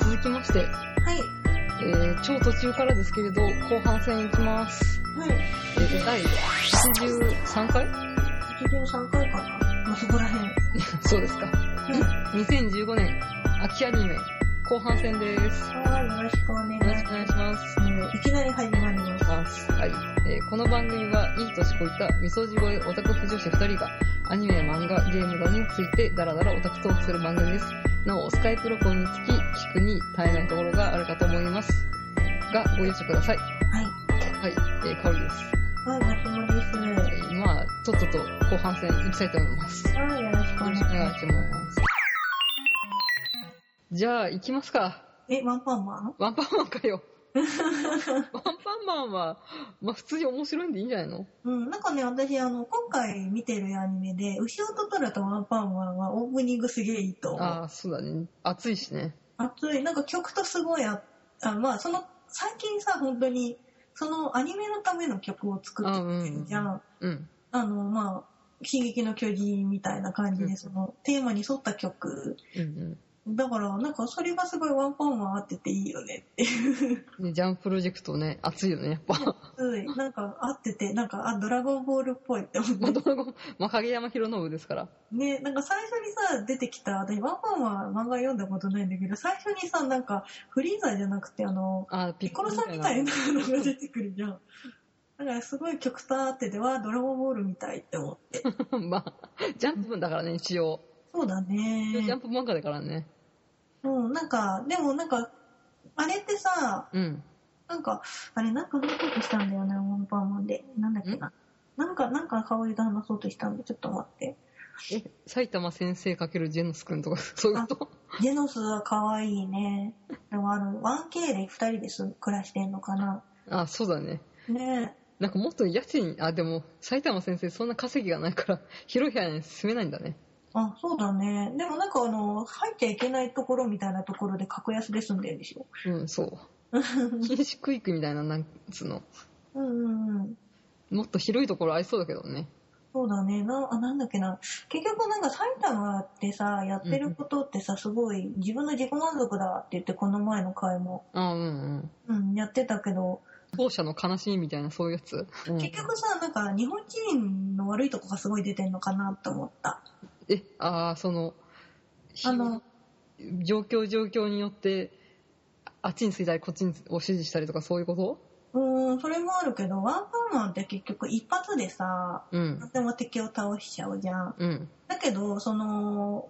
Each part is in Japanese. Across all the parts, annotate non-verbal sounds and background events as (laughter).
続きまして、はい。えー超途中からですけれど、後半戦いきます。はい。えー、第83回83回かなまあ、そこら辺。そうですか。2015年秋アニメ後半戦です。はい。よろしくお願いよろししくお願いします。ます。いきなり始まります。はい、えーこの番組はいい年こいたみそじ越えオタク婦女子2人がアニメや漫画ゲームなどについてダラダラオタクトークする番組ですなおスカイプ録音につき聞くに耐えないところがあるかと思いますがご容赦くださいはい。はい、えー、かおりです、はい、松本です。えー、まあとっとと後半戦行きたいと思いますよはい。よろしくお願ろいししくお願います。しますじゃあ行きますかえ、ワンパンマンワンパンマンかよワンパンマンは、まあ、普通に面白いんでいいんじゃないのうん、なんかね、私、あの、今回見てるアニメで、牛音トラとワンパンマンはオープニングすげえいいと思う。ああ、そうだね。暑いしね。熱い。なんか曲とすごいあ、あまあ、その、最近さ、本当に、そのアニメのための曲を作ってくれるじゃん。うん。あの、まあ、進撃の巨人みたいな感じうんで、その、テーマに沿った曲。うんだから、なんか、それがすごいワンパンマン合ってていいよねっていう。うん。ねジャンプロジェクトね、暑いよね、やっぱ。熱い。なんか、合ってて、なんか、あ、ドラゴンボールっぽいって思まあ、って。ドラゴン、まあ、影山博信ですから。ね、なんか最初にさ、出てきた、私、ワンパンマン漫画読んだことないんだけど、最初にさ、なんか、フリーザーじゃなくて、あの、あー、ピピッコロさんみたいなのが出てくるじゃん。だからすごい曲と合っててはドラゴンボールみたいって思って。な。 (laughs) まあ、ジャンプ分だからね、一応。そうだジャンね。プ漫画だからね。うん、なんか、でもなんか、あれってさ、うん。なんか、あれなんか話そうとしたんだよね、ワンパンマンで。なんだっけな。なんか、なんか香りと話そうとしたんで、ちょっと待って。え、埼玉先生×ジェノス君とか、そういうことジェノスは可愛いね。でもあの、1K で二人です暮らしてんのかな。ああー、そうだね。ねえ。なんかもっと家賃、あ、でも、埼玉先生そんな稼ぎがないから、広い部屋に住めないんだね。あ、そうだね。でもなんかあの、入っちゃいけないところみたいなところで格安で住んでるんでしょ。うん、そう。 (laughs) 禁止区域みたいな、なんつうの。うんうんうん。もっと広いところありそうだけどね。そうだね。な、あ、なんだっけな。結局なんか埼玉ってさ、やってることってさ、すごい自分の自己満足だって言って、この前の回も、ああ、うんうん。うん、やってたけど、後者の悲しみみたいなそういうやつ、結局さ、なんか日本人の悪いとこがすごい出てんのかなと思った。えああそのあの、状況状況によってああっちについたりこっちにを支持したりとかそういうことうーん、それもあるけど、ワンパンマンって結局一発でさ、うん何でも敵を倒しちゃうじゃん。うんだけど、その、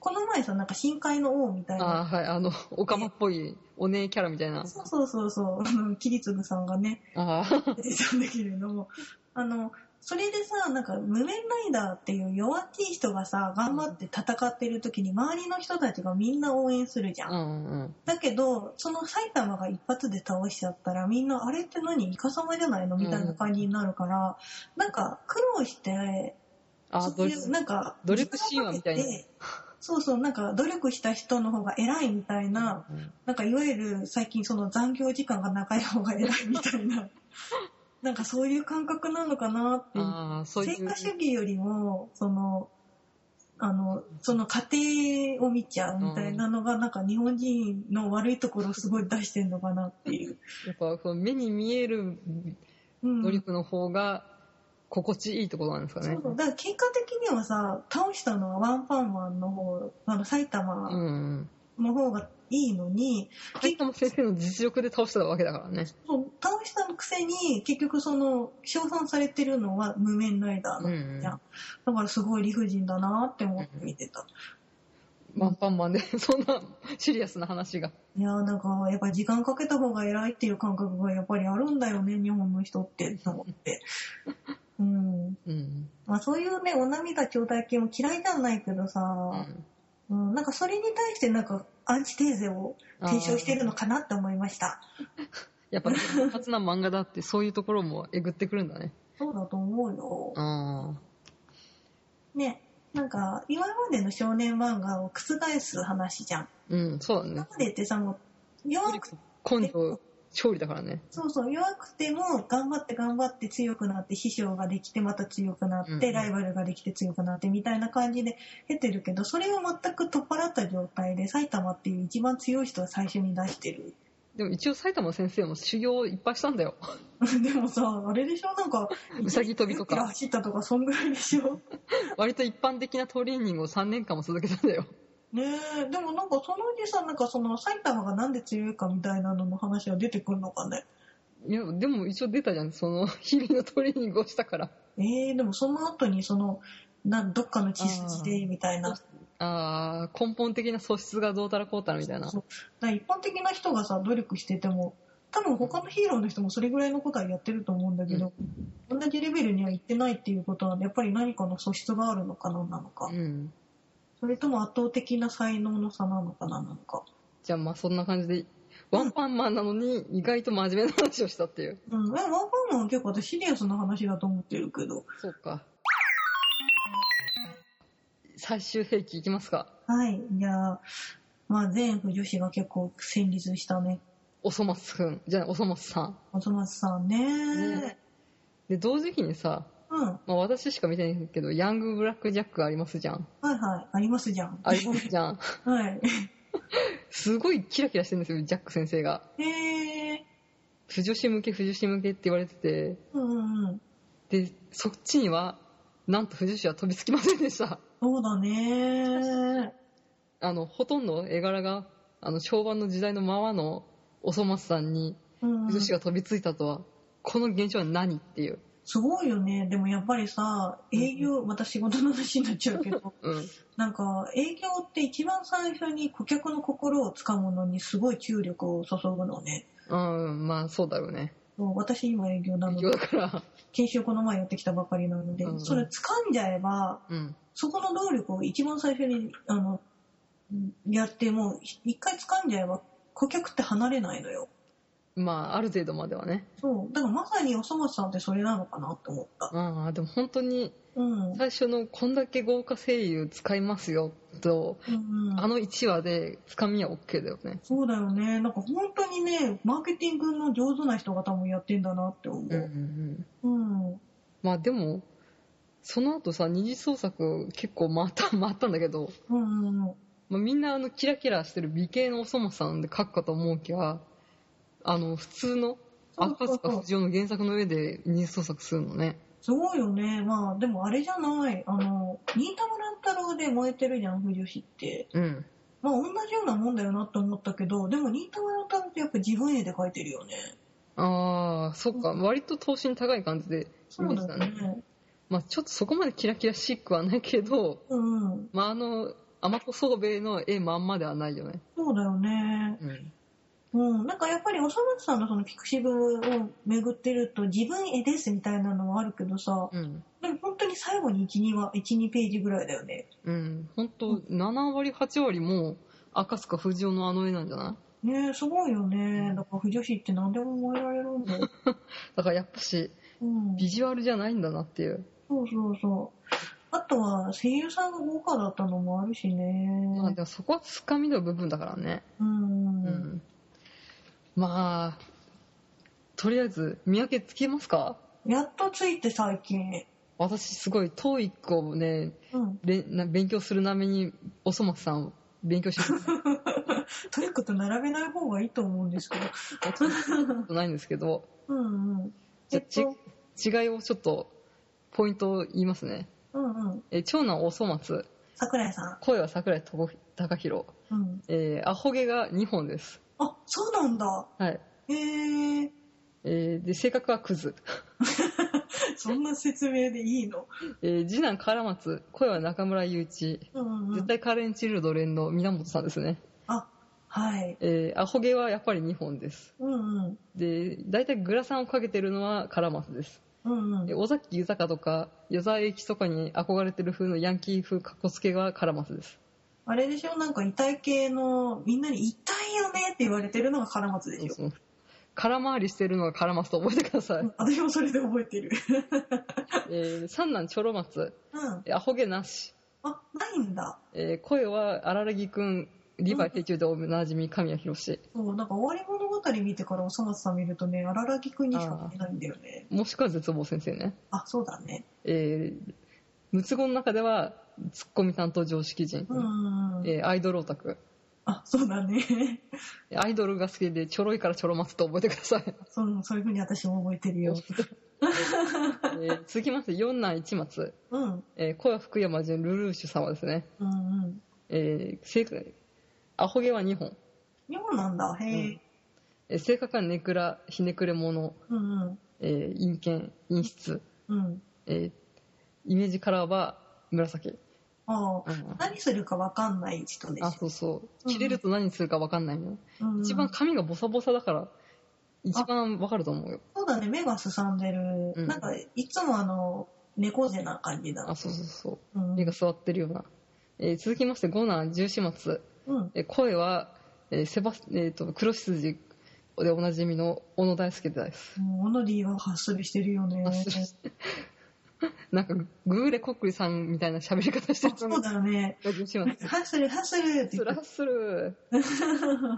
この前さ、なんか深海の王みたいな。ああはいあのオカマっぽいお姉キャラみたいなそうそうそうそう (laughs) あの、キリツグさんがね、ああ出てたんだけれども、あの、それでさ、なんか、無面ライダーっていう弱っちい人がさ、頑張って戦ってる時に、周りの人たちがみんな応援するじゃ。うんんうんだけど、その埼玉が一発で倒しちゃったら、みんな、あれって何イカ様じゃないのみたいな感じになるから、なんか、苦労して、ああそどうれいうなんか、努力神話みたいな時間をかけて。そうそう、なんか、努力した人の方が偉いみたいな、なんかいわゆる最近その残業時間が長い方が偉いみた (laughs) いな、なんかそういう感覚なのかなっていう。ああそうい成う果主義よりも、その、あの、その過程を見ちゃうみたいなのが、なんか日本人の悪いところをすごい出してんのかなっていう。やっぱこう目に見えるうん。努力の方が心地いいってことなんですかそねうそう。だから結果的にはさ、倒したのはワンパンマンの方、あの埼う玉んうんの方がいいのに、埼玉先生の実力で倒したわけだからねそう倒したくせに結局その称賛されてるのは無面ライダうんーの、うんじゃんだからすごい理不尽だなって思って見てた、ワンパンマンで (laughs) そんなシリアスな話がいやーなんかやっぱ時間かけた方が偉いっていう感覚がやっぱりあるんだよね日本の人ってと思 (laughs) ってうんうんまあ、そういうねお涙頂戴系も嫌いじゃないけどうさ、んうん、なんかそれに対してなんかアンチテーゼを提唱してるのかなって思いましたやっぱ単発な漫画だってそういうところもえぐってくるんだね。そうだと思うよあねなんか今までの少年漫画を覆す話じゃんうん、そうだね今。までってさもう弱く根性勝利だからね。そうそう、弱くても頑張って頑張って強くなって、師匠ができてまた強くなって、うんうんライバルができて強くなってみたいな感じで経てるけど、それを全く取っ払った状態で、埼玉っていう一番強い人を最初に出してる。 (laughs) でも一応埼玉先生も修行をいっぱいしたんだよ。でもさ、あれでしょなんか、うさぎ跳びと10キロか、走ったとか、そんぐらいでし (laughs) ょ割と一般的なトレーニングを3年間も続けたんだよ。ねえ、でもなんかそのうちさ、なんかその埼玉がなんで強いかみたいなのの話は出てくるのかね。いや、でも一応出たじゃん。その、日々のトレーニングをしたから。えー、でもその後にその、なんどっかの血筋で、みたいな。あー、根本的な素質がどうたらこうたらみたいなそ。うだから一般的な人がさ努力してても多分他のヒーローの人もそれぐらいのことはやってると思うんだけど、同じレベルには行ってないっていうことはやっぱり何かの素質があるのかななのか、うん。それとも圧倒的な才能の差なのかななのか、じゃあまあそんな感じで、ワンパンマンなのに意外と真面目な話をしたっていう。うん、えワンパンマンは結構私シリアスな話だと思ってるけどそうか。最終兵器いきますか。はいいやーまあ全部女子が結構戦慄したねおそ松くん。じゃあおそ松さん。松松さんねねで、同時期にさ、うんはいまあ私しか見てないけど、ヤングブラックジャックありますじゃん。はいありますじゃんありますじゃん。 (laughs) はいすごいキラキラしてるんですよ、ジャック先生が。へえ不女子向け、不女子向けって言われてて。ー、うんうんうんで、そっちには、なんと不女子は飛びつきませんでした。そうだねあの、ほとんど絵柄が、あの、昭和の時代のままのおそ松さんに、うん不女子が飛びついたとは、この現象は何っていう。すごいよね。でもやっぱりさ、営業、また仕事の話になっちゃうけど、うん。 (laughs) なんか営業って一番最初に顧客の心をつかむのにすごい注力を注ぐのね。うん、まあそうだろうね。もう私今営業なの営業で、だから。研修この前やってきたばかりなのでう、んそれ掴んじゃえば、うん。そこの能力を一番最初に、あの、やってもう、一回掴んじゃえば、顧客って離れないのよ。まあ、ある程度まではね。そう。だからまさにおそ松さんってそれなのかなって思った。ああ、でも本当に、うん。うん最初のこんだけ豪華声優使いますよと、うんあの1話でつかみは OK だよね。そうだよね。なんか本当にね、マーケティングの上手な人が多分やってんだなって思う。ん。うん。まあでも、その後さ、二次創作結構回った、 (laughs) 回ったんだけど、うんうんうん。まあ、みんなあのキラキラしてる美形のおそもさんで描くかと思うきは、あの、普通のそう赤そう塚そ不う。二夫の原作の上で二次創作するのね。すごいよね。まあ、でもあれじゃない。あの、新田村太郎で燃えてるじゃん、不女子って。うん。まあ、同じようなもんだよなって思ったけど、でも新田村太郎ってやっぱ自分絵で描いてるよね。ああ、そっか。割と等身高い感じでそ見うれだてよたね。ね。まあちょっとそこまでキラキラシックはないけど、うんうん。まああの、天子宗兵衛の絵まんまではないよね。そうだよね。うん。うん。なんかやっぱり、おそ松さんのそのピクシブを巡ってると、自分絵ですみたいなのはあるけどさ、うん。でも本当に最後に1、2は、1、2ページぐらいだよね。うん。ほんと、7割、8割も、赤塚不二夫のあの絵なんじゃないねえ、すごいよね。だから、不女子って何でも燃えられるん (laughs) だよ。だからやっぱし、うん。ビジュアルじゃないんだなっていう。そうそうそう。あとは、声優さんが豪華だったのもあるしまあね。でもそこはつかみの部分だからね。うん。うん。まあ、とりあえず、見分けつけますかやっとついて最近。私すごい、トーイックをね、うん。れんな勉強するためにおそ松さんを勉強してるトリックと並べない方がいいと思うんですけど。ことないんですけどうんうん。じゃあちえっと違いをちょっとポイントを言いますねうんうん。え長男おそ松桜井さ声は桜井とこ高弘、ん。うん。えーアホ毛が2本ですあ、そうなんだ。はい、へえ。えーで性格はクズ、 (laughs) (laughs) そんな説明でいいのえー次男唐松声は中村雄一うんうんう絶ん。対カレンチルドレンの源さんですね、あ、はい。えーアホ毛はやっぱり2本ですうんうん。で大体グラサンをかけてるのは唐松ですうんうんで。尾崎豊とか与沢永吉とかに憧れてる風のヤンキー風かっこつけがカラマスですあれでしょなんか遺体系の、みんなに痛いよねって言われてるのがカラマツでしょ。空回りしてるのがカラマスと覚えてください、うん私もそれで覚えてる。 (laughs) えー三男チョロマツうん。アホ毛なし、あ、ないんだ。えー声は荒らぎくんリヴァイ兵中でおなじみ神谷博士。そう、なんか終わり物語見てからおそ松さん見るとね、荒木くんにしか見えないんだよね。もしくは絶望先生ね。あ、そうだね。えー、六つ子の中では、ツッコミ担当常識人。うん。えーアイドルオタク。あ、そうだね。 (laughs) アイドルが好きで、ちょろいからちょろ松と覚えてください。そう、そういう風に私も覚えてるよ。えー続きまして、四男一松。うん。えー、小屋福山潤ルルーシュ様ですね。うんうん。えー、性格、アホ毛は2本。妙なんだ。へえ。えー性格はネクラ、ひねくれ者、うんうん。えー陰険、陰湿。うん。えーイメージカラーは紫。ああ。何するかわかんない人でしあ、ょ。そうそう。うん切れると何するか分かんないの、うんうん一番髪がボサボサだから、一番分かると思うよ。そうだね、目がすさんでる。うんなんか、いつもあの、猫背な感じあ、だ。そうそうそうう。ん目が座ってるような。えー続きまして、五男、十四松。うん。えー声は、えーセバス、えっ、と、黒羊でおなじみの小野大輔です。もう、オノリーはハッスルしてるよね。ハッスルし (laughs) なんか、グーレコックリさんみたいな喋り方してると思そうう。だよね。十四松。ハッスル、ハッスルってス言っラて。スル。 (laughs)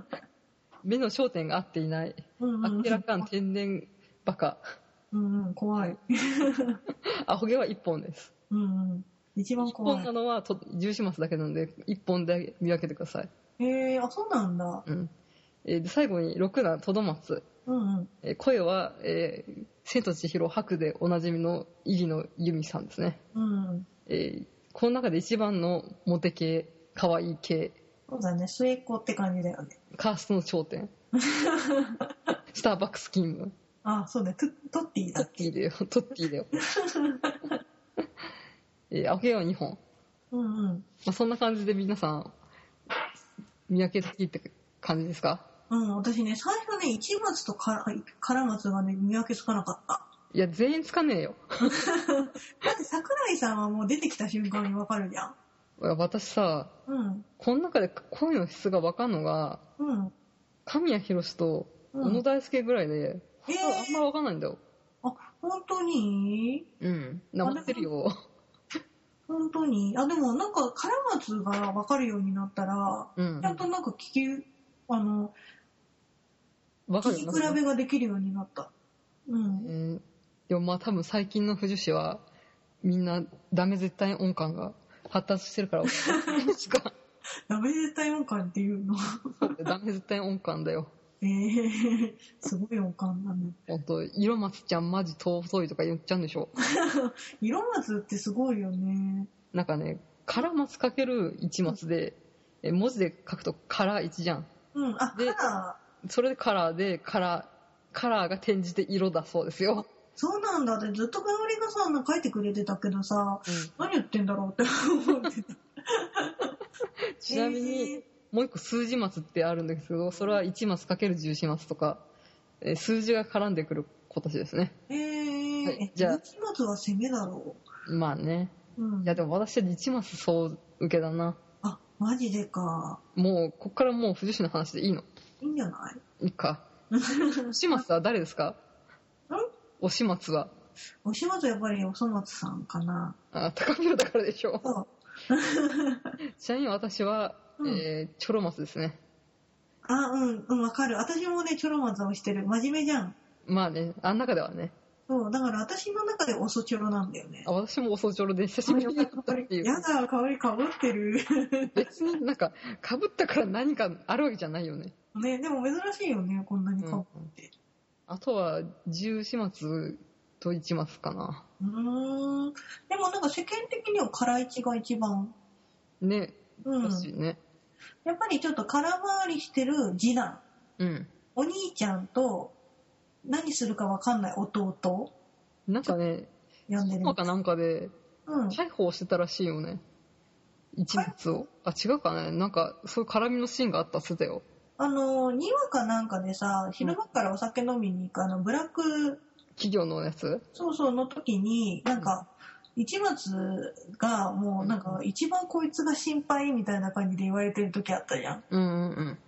目の焦点が合っていない。うんうん明らかん天然バカ。うんうん、怖い。アホ毛は一本です。うんうん。一番一本怖。ないのはと重始末だけなので、一本で見分けてください。へえあ、そうなんだ。うん。えーで最後に、六段、とどまつ。うんうん。えー声は、えー、千と千尋白でおなじみのイリのユミさんですね。うんうん。えーこの中で一番のモテ系、可愛い系、そうだね、末っ子って感じだよね。カーストの頂 (laughs) 点。スターバックス勤務。あ、そうだ、トトッティトだッっテけ。ィだよ、トッティだよ。 (laughs) えー、アホ毛は2本。うんうん。まあ、そんな感じで皆さん、見分けつきって感じですかうん、私ね、最初ね、一松とからから松がね、見分けつかなかった。いや、全員つかねえよ。だって桜井さんはもう出てきた瞬間にわかるじゃん。いや私さ、うん。この中で声の質がわかんのが、うん。神谷博士とうん小野大輔ぐらいで、えー他はあんまわかんないんだよ。あ、本当にうん。なまってるよ。本当にあ、でもなんか、カラマツがわかるようになったら、うんち。ゃんとなんか聞き、あの、わか聞るきよ比べができるようになった。うん。うん。でもまあ多分最近の不女子は、みんなダメ絶対音感が発達してる (laughs) から、しか、ダメ絶対音感っていうの。 (laughs) ダメ絶対音感だよ。えー、すごい音感だね。ほんと、色松ちゃんマジ尊いとか言っちゃうんでしょ。色松ってすごいよね。なんかね、から松かける一松で、え文字で書くとから一じゃん。うん、あ、カでラー。それでカラーで、カラー、カラーが転じて色だそうですよ。そうなんだ。でずっとかよりがさ、なんか書いてくれてたけどさ、何言ってんだろうって思ってた。ちなみに、えもう一個数字松ってあるんですけど、それは1松かける10松とか、えー数字が絡んでくる今年ですね。ー、えーはいえじゃあ一松は攻めだろまあね。う。うん。いやでも私は1松そう受けだな。あ、マジでか。もう、こっからもう不女子の話でいいのいいんじゃないいいか。おし松は誰ですかんおし松は。おし松やっぱりおそ松さんかな。あ、高見だからでしょう。そう。ちなみに私は、うんえー、チョロマスですね。あ、うん、うん、わかる。私もね、チョロ松をしてる。真面目じゃん。まあね、あん中ではね。そう、だから私の中でおそチョロなんだよねあ。私もおそチョロで久しぶりにやったっていやう。だ、香りかぶってる。 (laughs) 別になんか、被ったから何かあるわけじゃないよね。ね、でも珍しいよね、こんなにかぶって。あとは、十始末と一末かな。うーん。でもなんか世間的には辛いちが一番。ね、うん。らしいね。やっぱりちょっと空回りしてる次男。うん。お兄ちゃんと、何するかわかんない弟。なんかね、呼んでる。今かなんかで、うん。逮捕してたらしいよね。一末を。あ、違うかね。なんか、そういう絡みのシーンがあったっつってたよ。あの、にわかなんかでさ、昼間からお酒飲みに行く、あの、ブラック、企業のやつ。そうそうの時に、なんか、一松がもうなんか一番こいつが心配みたいな感じで言われてる時あったじゃん。うんうんうん。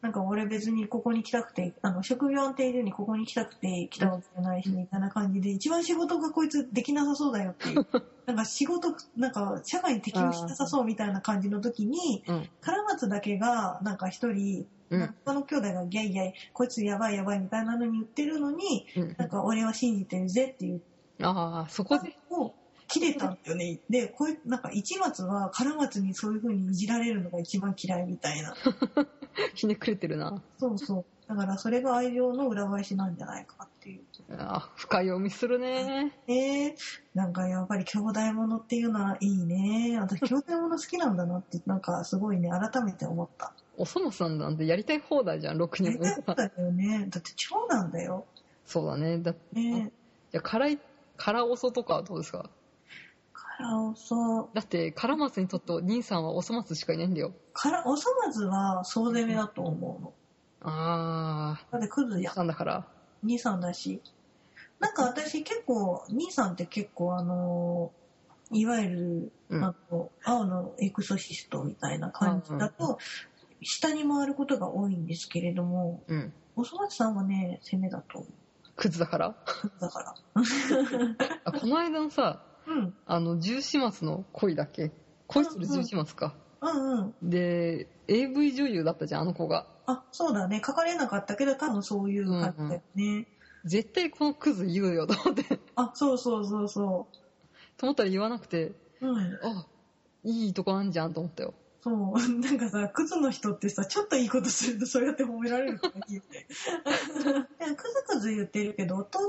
なんか俺別にここに来たくて、あの、職業安定所にここに来たくて来たわけじゃないし、みたいな感じで、一番仕事がこいつできなさそうだよっ (laughs) ていう。なんか仕事、なんか社会に適応しなさそうみたいな感じの時に、うんカラマツだけが、なんか一人、うんなんか他の兄弟がギャイギャイ、こいつやばいやばいみたいなのに言ってるのに、うんなんか俺は信じてるぜっていうああ、そこで。を切れたんだよね。で、これ、なんか一松は、唐松にそういう風にいじられるのが一番嫌いみたいな。ひねくれてるな。そうそう。だからそれが愛情の裏返しなんじゃないかっていう。あー深い読みするね。えー、なんかやっぱり兄弟ものっていうのはいいね。私兄弟もの好きなんだなって、なんかすごいね、改めて思った。おそもさんなんてやりたい放題じゃん、6大人も。体そうだよね。だって長男だよ。そうだね。だじねゃあ辛い、辛おそとかはどうですかからおそ、だって、辛松にとって兄さんはおそ松しかいないんだよ。からおそまずは総攻めだと思うの。ああ、だってクズやん兄さんだから。兄さんだし。なんか私結構、兄さんって結構あのーいわゆうる、んあの、青のエクソシストみたいな感じだと、下に回ることが多いんですけれども、うん。おそ松さんはね、攻めだと思クズだから。う。だから。あこの間のさ、うん。あの、十四松の恋だっけ恋する十四松か。うんうん。で、AV 女優だったじゃん、あの子が。あ、そうだね。書かれなかったけど、多分そういう感じだよね。絶対このクズ言うよと思って。とあ、そうそうそうそ思ったら言わなくて、う。うん。あ、いいとこあんじゃんと思ったよ。そう。 (laughs) なんかさ、クズの人ってさ、ちょっといいことするとそうやって褒められるからいいよ (laughs) ね。でもクズクズ言ってるけど、弟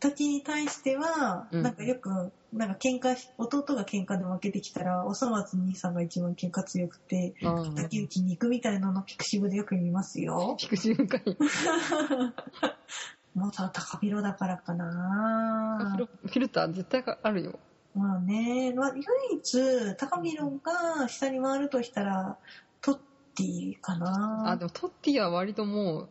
たちに対しては、うんなんかよく、なんか喧嘩し、弟が喧嘩で負けてきたら、おそ松兄さんが一番喧嘩強くて、うん竹内に行くみたいなのピクシブでよく見ますよ。ピクシブかい。もうさ、高広だからかなフィルター絶対あるよ。まあね、まあ、唯一、高見論が下に回るとしたら、トッティかあ、なでもトッティは割ともう、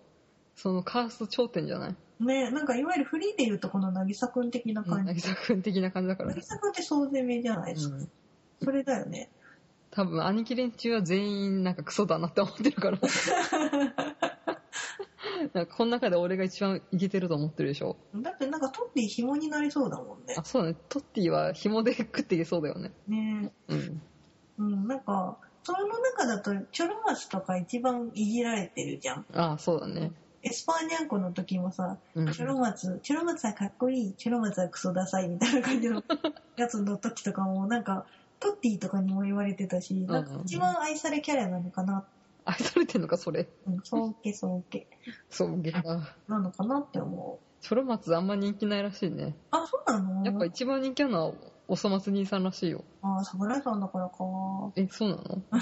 そのカースト頂点じゃないね、なんかいわゆるフリーで言うとこの渚くん的なうん感じ。渚くん的な感じだから。渚くんって総攻めじゃないですか。うんそれだよね。多分、兄貴連中は全員なんかクソだなって思ってるから。なんかこの中で俺が一番イケてると思ってるでしょ。だってなんかトッティ紐になりそうだもんねあ、。そうだね。トッティは紐で食っていけそうだよね。ねうん。うん、なんか、その中だと、チョロマスとか一番いじられてるじゃん。あそうだね。エスパーニャンコの時もさ、うんチョロマツ、チョロマツはかっこいい、チョロマツはクソダサいみたいな感じのやつの時とかも、なんか、トッティとかにも言われてたし、なうんんかうん一番愛されキャラなのかな、愛されてんのか、それ。うん、尊敬尊敬そう、ゲラ。なのかなって思う。チョロマツあんま人気ないらしいね。あ、そうなのやっぱ一番人気あるのは、おそ松兄さんらしいよ。あ、侍さんだからか。え、そうなの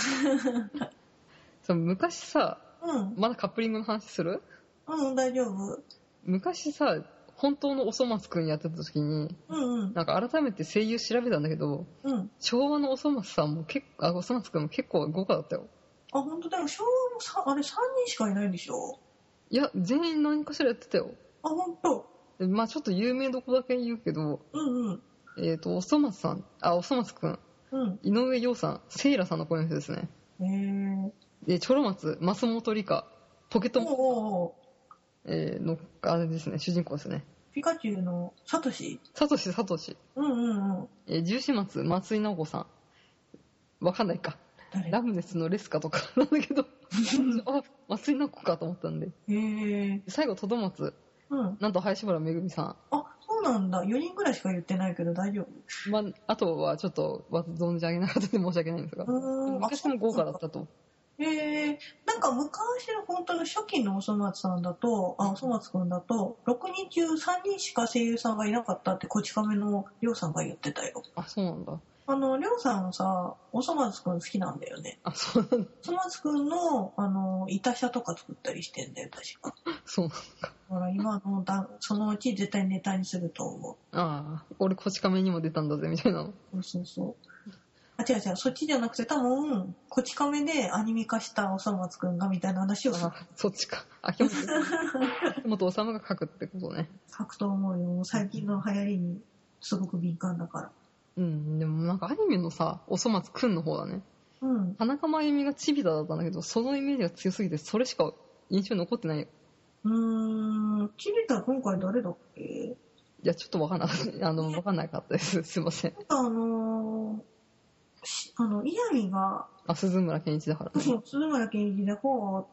そう昔さ、うん、まだカップリングの話するうん、大丈夫。昔さ、本当のおそ松くんやってた時に、うんうん、なんか改めて声優調べたんだけど、うん。昭和のおそ松さんも結構、あ、おそ松くんも結構豪華だったよ。あ、本当だよ。昭和もさ、あれ3人しかいないんでしょいや、全員何かしらやってたよ。あ、本当。でまあちょっと有名どこだけ言うけど、うんうん、えっ、と、おそ松さん、あ、おそ松くん、うん。井上陽さん、セイラさんの声の人ですね。へえ。で、チョロ松、松本里香、ポケットおうモン、おうおうえーの、あれですね、主人公ですね。ピカチュウのサトシサトシ、サトシ。うんうんうん。えー、重始末、松井直子さん。わかんないか。誰ラムネスのレスカとか (laughs) なんだけ (laughs) ど、あ、松井直子かと思ったんで。へえ。最後、とどまつ、うん。なんと林原めぐみさあ、そうなんだ。4人ぐらいしか言ってないけど大丈ん。まあ、あとはちょっと、わ存じ上げなかったんで申し訳ないんですが夫。。うーん。昔も豪華だったと。へえ。なんか昔の本当の初期のおそ松さんだと、あ、おそ松くんだと、6人中3人しか声優さんがいなかったってこち亀のりょうさんが言ってたよ。あ、そうなんだ。あの、りょうさんさ、おそ松くん好きなんだよね。あ、そうなんだ。おそ松くんの、あの、いたしゃとか作ったりしてんだよ、確か。そうなんだ。ほら、今のだ、そのうち絶対ネタにすると思う。ああ、俺、こち亀にも出たんだぜ、みたいなの。そうそうそう。あ、違う違う、そっちじゃなくて、多分、こち亀でアニメ化したおそ松くんがみたいな話をあ書そっちか。秋 (laughs) 元、秋元治が書くってことね。くと思うよ。最近の流行りにすごく敏感だから。うん、でもなんかアニメのさ、おそ松くんの方だね。うん。田中真由美がチビタだったんだけど、そのイメージが強すぎて、それしか印象に残ってないよ。うーん、キリタ今回誰だっけいや、ちょっとわかんなかった。あの、わかんなかったです。 (laughs) すいません。なんかあのーしあの、イヤミが、あ、鈴村健一だ (laughs) から、ね。そう、鈴村健一で、こ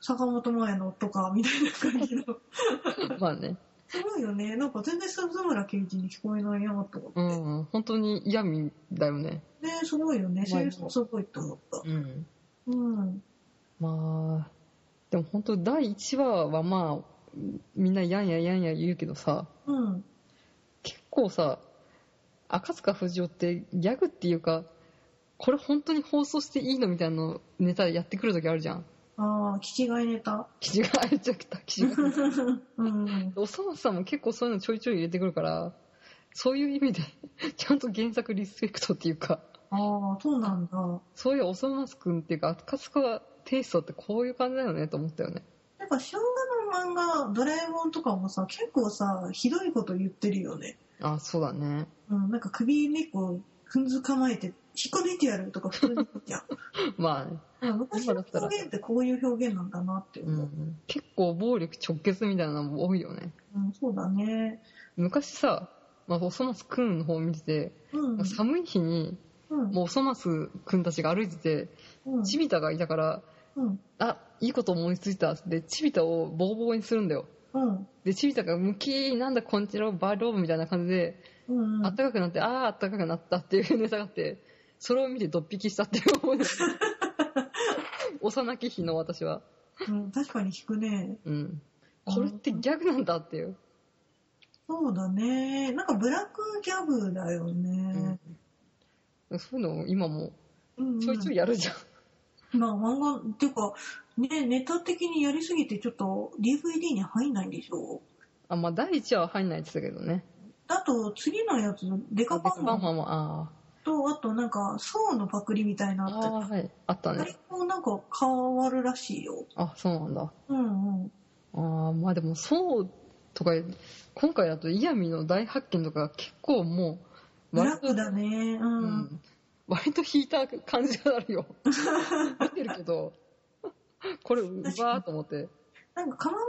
う、坂本前のとか、みたいな感 (laughs) じの。まあね。すごいよね。なんか全然鈴村健一に聞こえないなと思って。うんうん。本当に嫌味だよね。ねすごいよまね。あ声優さんすごいと思った。うん。うん。まあ、でも本当第1話はまあ、みんなやんややんや言うけどさ、うん。結構さ、赤塚不二夫ってギャグっていうか、これ本当に放送していいのみたいなのネタやってくる時あるじゃん。ああ、聞きがいネタ。記事が入っちゃった、記事が。 (laughs) うん。おそ松さんも結構そういうのちょいちょい入れてくるから、そういう意味で、 (laughs) ちゃんと原作リスペクトっていうか、ああ、そうなんだ。そういうおそ松くんっていうか、赤塚テイストってこういう感じだよねと思ったよね。なんか昭和の漫画、ドラえもんとかもさ、結構さ、ひどいこと言ってるよね。あ、そうだね。うん、なんか首根っこ踏んづかまえて、引っこ抜いてやるとか普通に言うじゃん。 (laughs) まあね、 (laughs) うん昔の表現ってこういう表現なんだなってう思う。ん、結構暴力直結みたいなのも多いよね。うん、そうだね。昔さ、まあ、おそ松くんの方を見てて、うん。寒い日に、うん。もうおそ松くんたちが歩いてて、うん。チビタがいたから、うん。あ、いいこと思いついた。で、チビタをボーボーにするんだよ。うん。で、チビタがムキー、なんだこんちろ、バローみたいな感じで、うん。あったかくなって、あーあったかくなったっていうネタがあって、 (laughs) それを見てドッピキしたっていう思い出幼き日の私は。うん、確かに引くね。うん。これってギャグなんだっていう。そうだね。なんかブラックギャグだよね。そういうのを今もうん、うん。ちょいちょいやるじゃん。まあ漫画、っていうか、ね、ネタ的にやりすぎてちょっと DVD に入んないんでしょあ、まあ第1話は入んないって言ってたけどね。だと次のやつ、デカパンマまあンまあまあ、あと、あとなんか、層のパクリみたいなあ。のあっああ、はい。あったて、ねあれ。もなんか変わるらしいよ。あ、そうなんだ。うんうん。ああ、まあでもそうとか、今回だとイヤミの大発見とか結構もう、ブラックだね。う。うんん割と引いた感じがあ (laughs) るよ。見てるけど、これ、うわーと思って。なんか、かまぼ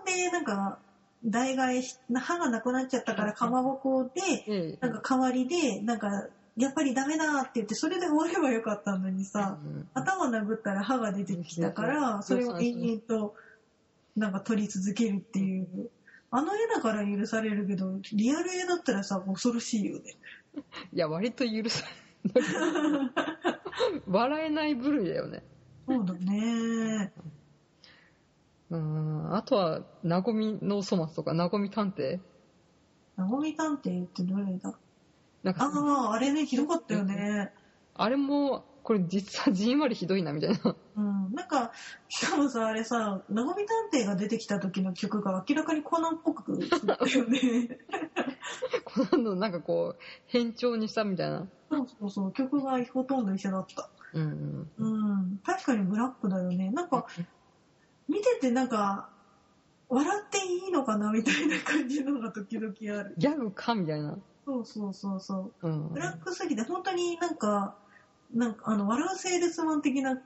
こで、なんか、代替し、歯がなくなっちゃったからかまぼこで、ええなんか代わりで、なんか、やっぱりダメだって言って、それで終わればよかったのにさ、うん頭殴ったら歯が出てきたから、それを延々と、なんか取り続けるっていう。あの絵だから許されるけど、リアル絵だったらさ、恐ろしいよね。いや、割と許さ (laughs) ない。笑えない部類だよね。そうだね。うん、あとは、なごみの粗末とか、なごみ探偵。なごみ探偵ってどれだなんか、ああ、あれね、ひどかったよね。あれも、これ実はじんわりひどいな、みたいな。 (laughs) うん、なんか、しかもさ、あれさ、なごみ探偵が出てきた時の曲が明らかにコナンっぽくすったよね。 (laughs) このの、なんかこう、変調にしたみたいな。そうそうそう、曲がほとんど一緒だった。うん。うん、確かにブラックだよね。なんか、見ててなんか、笑っていいのかなみたいな感じのが時々ある。ギャグか、みたいな。そうそうそうそう。うん。ブラックすぎて、本当になんか、なんか、あの、笑うセールスマン的な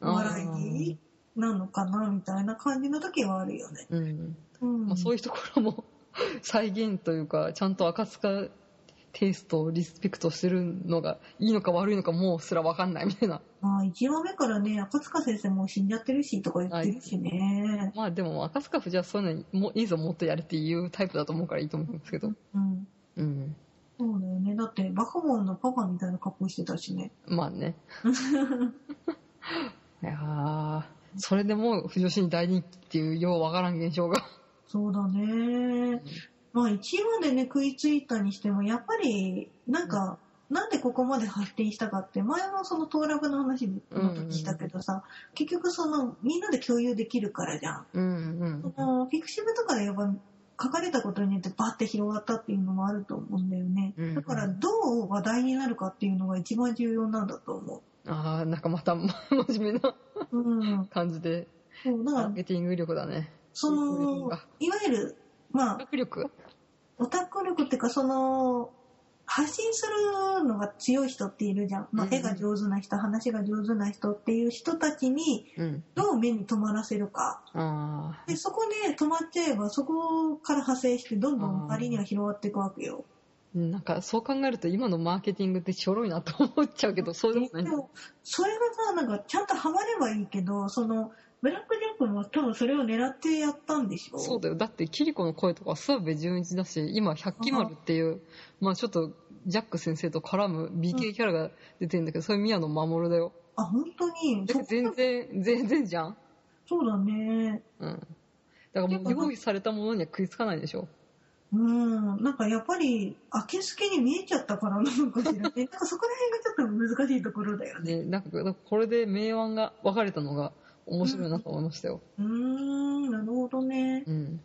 笑いなのかなみたいな感じの時はあるよね。あーうん。うん。まあ、そういいうところも (laughs) 再現というかちゃんと赤塚テイストをリスペクトしてるのがいいのか悪いのかもうすら分かんないみたいなまあ、1話目からね、赤塚先生もう死んじゃってるし、とか言ってるしね。 (laughs) まあでも赤塚不二夫はそういうのもいいぞもっとやれっていうタイプだと思うからいいと思うんですけどうん。うんそうだよね。だって、バカモンのパパみたいな格好してたしね。まあ (laughs) ねいやーそれでもう不女子に大人気っていうようわからん現象がそうだね。まあ、1話でね、食いついたにしても、やっぱり、なんか、なんでここまで発展したかって、前もその当落の話の時したけどさ、結局その、みんなで共有できるからじゃん。うんその、フィクシブとかでやっぱ、書かれたことによってバーって広がったっていうのもあると思うんだよね。うんだから、どう話題になるかっていうのが一番重要なんだと思うんああなんかまた真面目なう。うん。感じでそうだかマーら、ケティング力だねその、いわゆる、まあ、学力オタク力っていうか、その、発信するのが強い人っているじゃん。まあうん絵が上手な人、話が上手な人っていう人たちにうん。どう目に留まらせるか。あで、そこで止まっちゃえば、そこから派生して、どんどん周りには広がっていくわけよ。あ、なんかそう考えると今のマーケティングってちょろいなと思っちゃうけど、そうでもないで。も、それがさ、なんかちゃんとハマればいいけど、その、ブラックジャックも多分それを狙ってやったんでしょそうだよ。だって、キリコの声とか諏訪部純一だし、今、百鬼丸っていう、まあちょっと、ジャック先生と絡む美形キャラが出てるんだけど、それ宮野真守だよ。あ、本当にだかそら全然、全然じゃん。そうだね。うん。だからもう用意されたものには食いつかないでしょ。うん。なんかやっぱり、明けすけに見えちゃったからなのかしらね。なんかそこら辺がちょっと難しいところだよね。ね、なんか、だからこれで明暗が分かれたのが面白いなと思いましたよ。うーん、なるほどね。うん。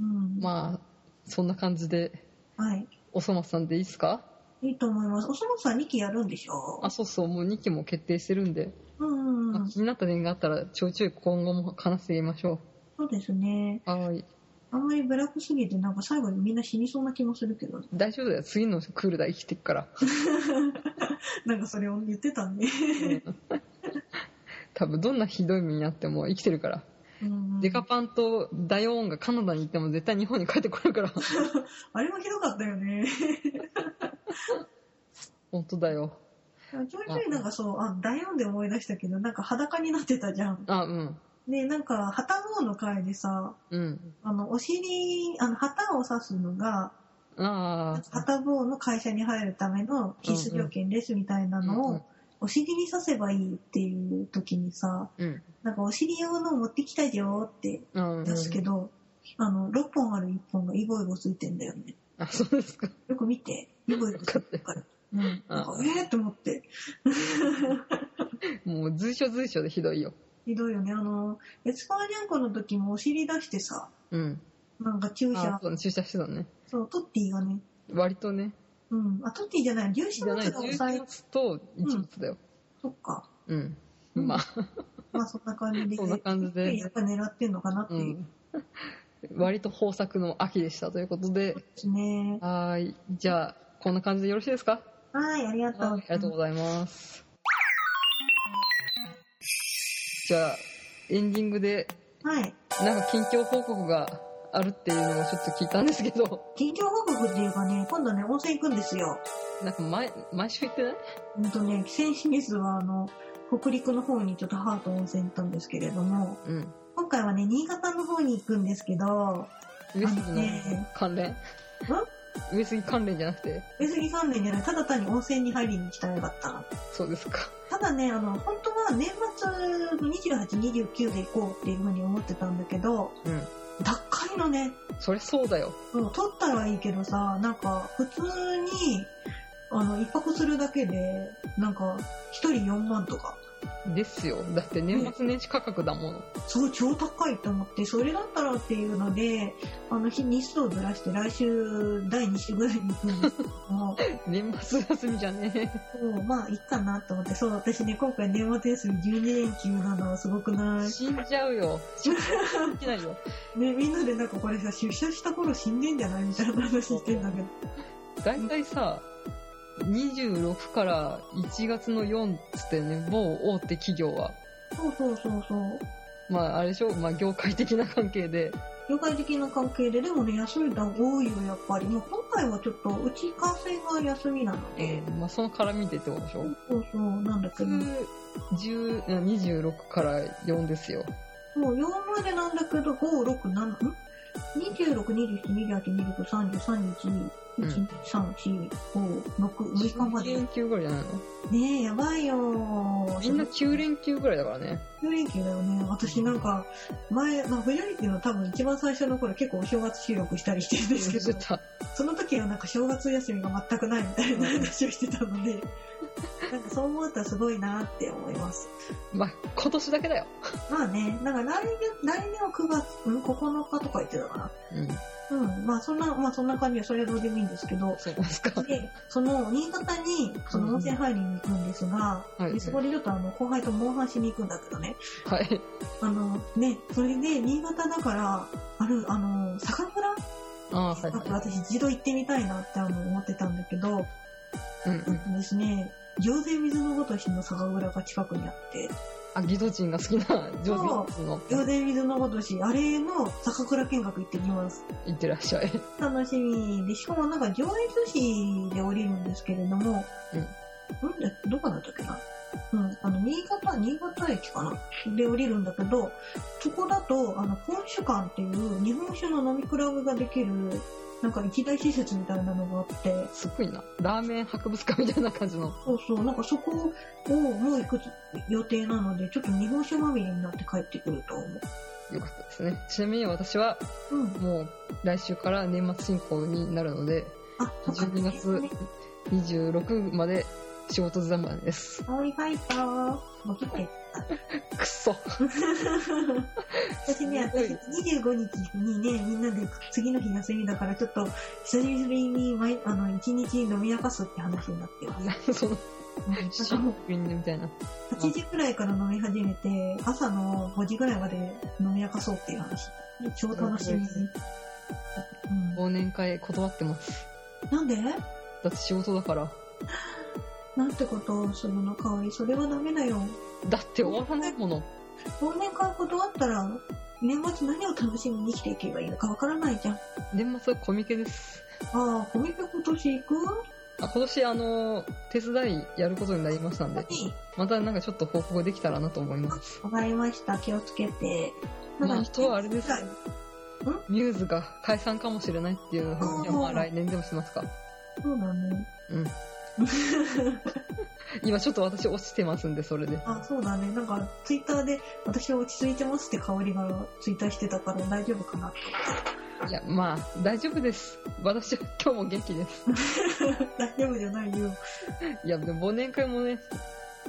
うん。まあ、そんな感じで、はい。おそ松さんでいいっすかいいと思います。おそ松さん2期やるんでしょあ、そうそう、もう2期も決定してるんで、うんうんうまあん。気になった点があったら、ちょいちょい今後も話していきましょそうですね。う。はーい。あんまりブラックすぎて、なんか最後にみんな死にそうな気もするけど。大丈夫だよ次のクールだ生きてっ (laughs) から (laughs) なんかそれを言ってたね。多分どんなひどい目にあっても生きてるから、うんデカパンとダヨーンがカナダに行っても絶対日本に帰ってこる (laughs) からあれもひどかったよね。本当だよちょいちょいなんかそう、あ、ダイオンで思い出したけど、なんか裸になってたじゃん。あうんで、なんか、旗号の回でさ、うんあの、お尻、あの、旗を刺すのが、ああ旗棒の会社に入るための必須条件ですみたいなうんのうんを、お尻に刺せばいいっていう時にさ、うんなんかお尻用の持ってきたよってうん出すけど、あの、6本ある1本がイボイボついてんだよね。あそうですかよく見て、イボイボついてるから。うん。なんか (laughs) うえーって思って。もう随所随所でひどいよひどいよね。あの、別川にゃんこの時もお尻出してさ、うんなんか注あ射、そう注射してたねそう、トッティがね、割とねうん、あ、トッティじゃない、粒子じゃ物ながい抑え11、月と1月だよそっか。うん、うんまあ、まあそんな感じで、そんな感じでやっぱ狙ってんのかなってう、いう (laughs) ん割と豊作の秋でしたということでですね。はーい。じゃあ、こんな感じでよろしいですかはい、ありがとうあございります。がとうございます。じゃあ、エンディングで、はい。なんか近況報告があるっていうのをちょっと聞いたんですけど、 (laughs) 近況報告っていうかね、今度ね、温泉行くんですよ。なんか毎毎週言ってないうんとね、先週月はあの、北陸の方にちょっとハート温泉行ったんですけれども、うん。今回はね、新潟の方に行くんですけど、上杉あののね関連上杉関連じゃなくて、上杉関連じゃない、ただ単に温泉に入りに来たらよかったな。そうですか。ただね、あの、本当は年末28、29で行こうっていうふうに思ってたんだけど、うん。高いのね。そりゃそうだよ。もう取ったらいいけどさ、なんか、普通に、あの、一泊するだけで、なんか、一人4万とか。ですよ。だって年末年始価格だもの。すごい超高いと思って、それだったらっていうので、あの日、日数をずらして、来週、第2週ぐらいに行くんですけ (laughs) ども、年末休みじゃねそうまあ、いいかなと思って、そう、私ね、今回年末休み12連休なのはすごくなえ。い死んじゃうよ。死んじゃうよ。ね、みんなでなんかこれさ、出社した頃死んでんじゃないみたいな話してんだけど。大体さ、26から1月の4つってね、某大手企業は、そうそうそうそう。まああれでしょ、まあ業界的な関係で、業界的な関係で、でもね、休み段多いよ、やっぱり。もう今回はちょっと、うち感染が休みなので。まあその絡みでってことでしょそうそう、なんだけど。普通、10 26から4ですよ。そう、4までなんだけど、5、6、7、ん ?26、27、28、29、30、31、うん1、3、4、5、6、6日ま9で連。休ぐらいじゃないのねえ、やばいよみんな9連休ぐらいだからね。 9連休だよね。私なんか、前、まあ、フジョリティの多分一番最初の頃結構お正月収録したりしてるんですけしてど、た。その時はなんか正月休みが全くないみたいな話をしてた (laughs) ので、なんかそう思うとすごいなって思います。まあ今年だけだよ。まあね、なんか来年、来年は9月、うん、9日とか言ってたかうん。な。うん、まあそんな、まあそんな感じはそれはどうでもいいんですけど、そうですか。で、その、新潟に、その温泉入りに行くんですが、うんはいでそこでちょっとあの、後輩とモンハンしに行くんだけどね。はい。あのね、それで新潟だから、ある、あの、酒蔵ああー、はいだはから私一度行ってみたいなってあの思ってたんだけど、い。うんうん。ですね、行勢水のごとしの酒蔵が近くにあって、あ、ギドチンが好きなジョージの行勢水のごとし、あれの酒蔵見学行ってきます。行ってらっしゃい。楽しみで、しかもなんか上越市で降りるんですけれども、うんんで、どこだったっけなうん、あの、新潟、新潟駅かなで降りるんだけど、そこだと、あの、本酒館っていう日本酒の飲み比べができる、なんか一大施設みたいなのがあって、すごいな。ラーメン博物館みたいな感じの。そうそう、なんかそこをもう行く予定なので、ちょっと日本酒まみれになって帰ってくると思よかったですね。ちなみに私はう。うん。もう来週から年末進行になるので、あ、そっか12月26まで仕事ざまです。はい、はい、あー。もう来 (laughs) て。くっそ。私ね、私25日にね、みんなで次の日休みだから、ちょっと久しぶりに毎、あの、1日飲み明かすって話になってます。何その、なんシかもンうプルにみたいな。 8時くらいから飲み始めて、朝の5時くらいまで飲み明かそうっていう話。超楽しみ。うん忘年会断ってます。なんでだって仕事だから。なんてことをするのかわいい。それはダメだよ。だって終わらないもの。忘年会断ったら、年末何を楽しみに生きていけばいいのかわからないじゃん。あ年末はコミケです。あ、コミケ今年行くあ今年あの、手伝いやることになりましたんで、またなんかちょっと報告できたらなと思います。わかりました。気をつけて。まあ、人はあれですは。ミューズが解散かもしれないっていうふうには、まあ来年でもしますか。そうだね。うん。今ちょっと私落ちてますんで、それで。あ、そうだね。なんか、ツイッターで、私は落ち着いてますって香りがツイッターしてたから大丈夫かな。 (laughs) いや、まあ、大丈夫です。私は今日も元気です。 (laughs) 大丈夫じゃないよ。いや、でも忘年会もね、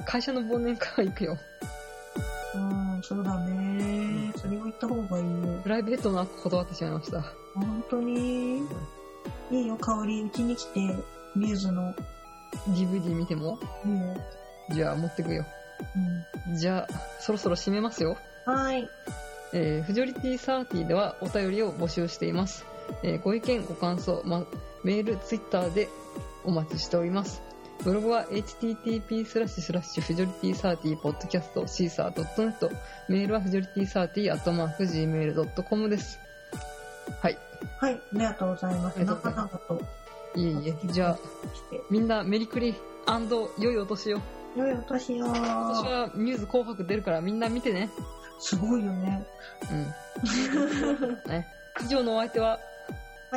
会社の忘年会は行くよ。うん、そうだね。それは行った方がいいよ。プライベートな断ってしまいました。本当に。いいよ、香り。うちに来て、ミューズの、 DVD 見てもいいよ。じゃあ持ってくよ。うん。じゃあ、そろそろ締めますよ。はい。えー、フジョリティサーティではお便りを募集しています。えーご意見、ご感想、ま、メール、ツイッターでお待ちしております。ブログは http スラッシュスラッシュフジョリティサーティポッドキャストシーサー .net メールはフジョリティサーティアットマーク gmail.com です。はい。はい。ありがとうございまあす。りがなとうございまかなかといえいえ。じゃあ、して。みんなメリクリ良いお年を。良いお年を。今年はミューズ紅白出るからみんな見てね。すごいよね。うん。ね。以上のお相手は、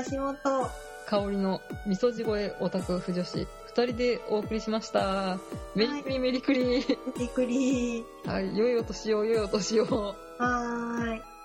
橋本。香りの味噌地声オタク婦女子二人でお送りしましたメリクリメリクリ、びっくり。はい、良いお年を良いお年をはーい。